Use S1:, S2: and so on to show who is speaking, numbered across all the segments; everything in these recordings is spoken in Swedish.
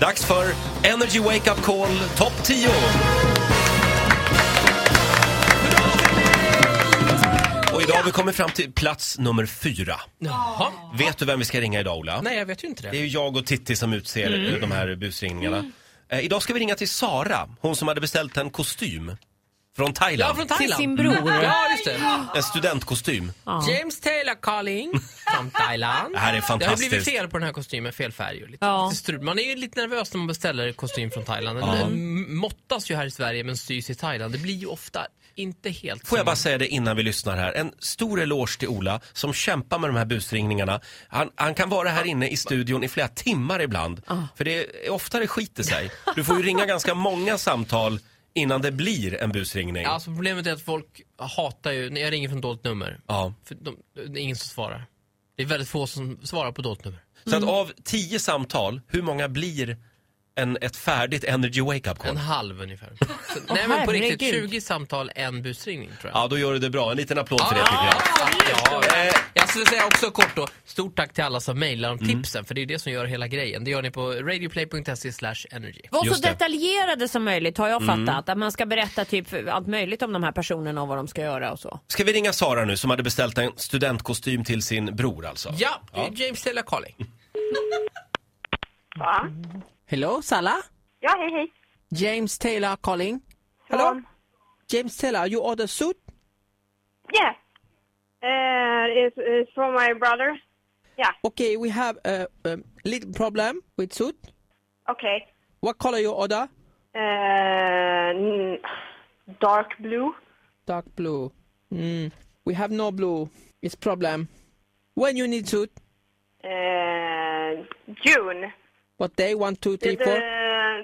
S1: Dags för Energy Wake Up Call topp 10. Och idag har vi kommit fram till plats nummer fyra.
S2: Jaha.
S1: Vet du vem vi ska ringa idag Ola?
S2: Nej, Mm. jag vet ju inte
S1: Det är
S2: det.
S1: ju jag och Titti som utser eh, de här busringningarna.
S2: Mm.
S1: Eh, idag ska vi ringa till Sara, hon som hade beställt en kostym. Från Thailand.
S2: Ja, från
S3: Till
S2: Thailand.
S3: sin bror.
S2: Ja, just det.
S1: En studentkostym.
S3: Ja.
S2: James Taylor calling från Thailand.
S1: Det här är
S2: Det har ju
S1: fantastiskt.
S2: blivit fel på den här kostymen, fel färg och lite,
S3: Ja.
S2: lite strul. Man är ju lite nervös när man beställer kostym från Thailand. Den
S1: Ja.
S2: m- måttas ju här i Sverige men stys i Thailand. Det blir ju ofta inte helt
S1: Får jag
S2: som-
S1: bara säga det innan vi lyssnar här. En stor eloge till Ola som kämpar med de här busringningarna. Han, han kan vara här inne i studion i flera timmar ibland.
S2: Ah.
S1: För det är ofta det skiter sig. Du får ju ringa ganska många samtal innan det blir en busringning.
S2: Ja, Alltså problemet är att folk hatar ju, när jag ringer från dolt nummer,
S1: Ja.
S2: för de, det är ingen som svarar. Det är väldigt få som svarar på dolt nummer.
S1: Så att av tio samtal, hur många blir en, ett färdigt Energy Wake Up
S2: En
S1: Call?
S2: halv ungefär. Så, nej men på riktigt,
S3: herregud.
S2: 20 samtal, en busringning tror jag.
S1: Ja, då gör du det bra. En liten applåd för det tycker jag.
S2: Ah, Ja, eh, jag skulle säga också kort då, stort tack till alla som mejlar om
S1: Mm.
S2: tipsen för det är det som gör hela grejen. Det gör ni på radioplay.se slash energy.
S3: Var så
S1: Just det. Mm.
S3: detaljerade som möjligt har jag fattat. Att man ska berätta typ allt möjligt om de här personerna och vad de ska göra och så.
S1: Ska vi ringa Sara nu som hade beställt en studentkostym till sin bror alltså?
S2: Ja, det är James Taylor calling.
S4: Va?
S2: Hello, Sala?
S4: Ja, hej, hej.
S2: James Taylor calling.
S4: Hello?
S2: James Taylor, you order suit?
S4: Yeah. Uh, it's, it's from my brother.
S2: Okay, we have a, little problem with suit.
S4: Okay.
S2: What color you order?
S4: Uh, n- dark blue.
S2: Dark blue. Mm, We have no blue. It's problem. When you need suit?
S4: Uh, June.
S2: What day? One, two,
S4: The, the,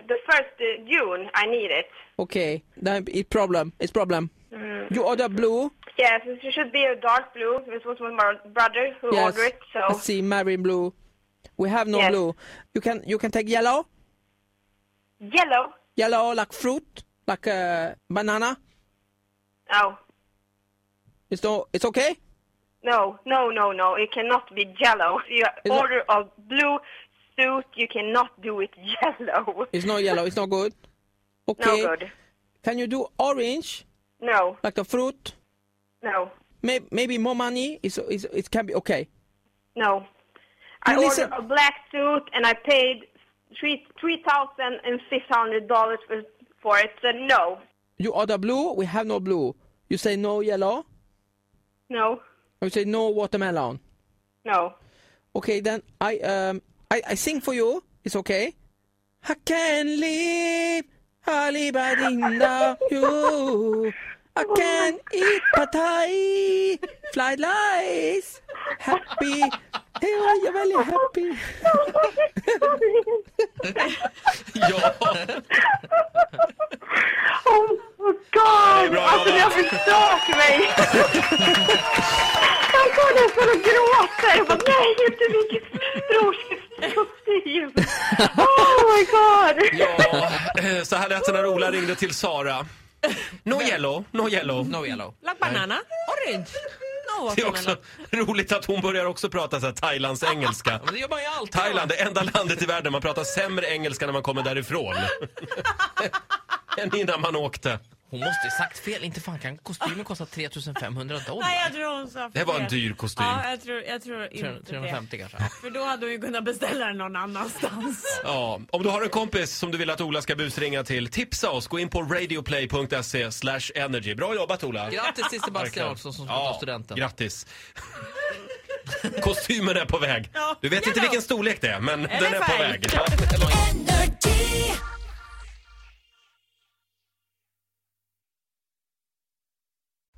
S4: the first uh, June, I need it.
S2: Okay, then it's problem. It's problem.
S4: Mm.
S2: You order blue.
S4: Yes, it should be a dark blue. This was my bro- brother who
S2: Yes.
S4: ordered it,
S2: I
S4: so...
S2: see marine blue. We have no
S4: Yes.
S2: blue. You can you can take yellow,
S4: Yellow?
S2: yellow like fruit, like uh, banana.
S4: No.
S2: It's no, it's okay.
S4: No, no, no, no. It cannot be yellow. You
S2: it-
S4: order a blue suit, you cannot do it yellow.
S2: It's no yellow. It's no good.
S4: No
S2: Okay.
S4: good.
S2: Can you do orange
S4: No,
S2: like a fruit?
S4: no,
S2: May, maybe more money. It's, it's it can be okay.
S4: no. I
S2: Now listen-
S4: ordered a black suit and I paid three three thousand and six hundred dollars for for it. So no,
S2: You order blue. We have no blue. You say no yellow.
S4: no,
S2: You say no watermelon.
S4: no.
S2: Okay, then I um I, I sing for you. It's okay. I can live Halibadinda you. I can eat pad thai, fried rice, happy. Hey, why you very happy?
S4: Oh my god!
S1: bra
S4: Alltså ni har förstört mig! Jag går nästan och gråter. Jag bara, nej inte vilket brorskostym! Oh my god!
S1: Ja, eh, så här lät det när Ola ringde till Sara. No yellow, no yellow.
S2: No yellow.
S3: Like banana, orange. No,
S1: Det är också roligt att hon börjar också prata så här Thailands engelska.
S2: det gör man ju alltid.
S1: Thailand, det enda landet i världen man pratar sämre engelska när man kommer därifrån. Än innan man åkte.
S2: Hon måste ju sagt fel. Inte fan kan kostymen kosta 3500
S5: Nej,
S2: dollar.
S5: jag tror hon sa
S1: Det var en
S5: fel.
S1: dyr kostym.
S5: Ja, jag tror, jag tror inte det.
S2: 350 kanske.
S5: För då hade hon ju kunnat beställa den någon annanstans.
S1: Ja, om du har en kompis som du vill att Ola ska busringa till, tipsa oss. Gå in på radioplay.se slash energy. Bra jobbat Ola!
S2: Grattis till
S1: Verkligen.
S2: Sebastian också som ska ta studenten.
S1: Grattis! Kostymen är på väg.
S5: Ja.
S1: Du vet inte
S5: Jajamän.
S1: vilken storlek det är, men den är på
S5: färg.
S1: väg.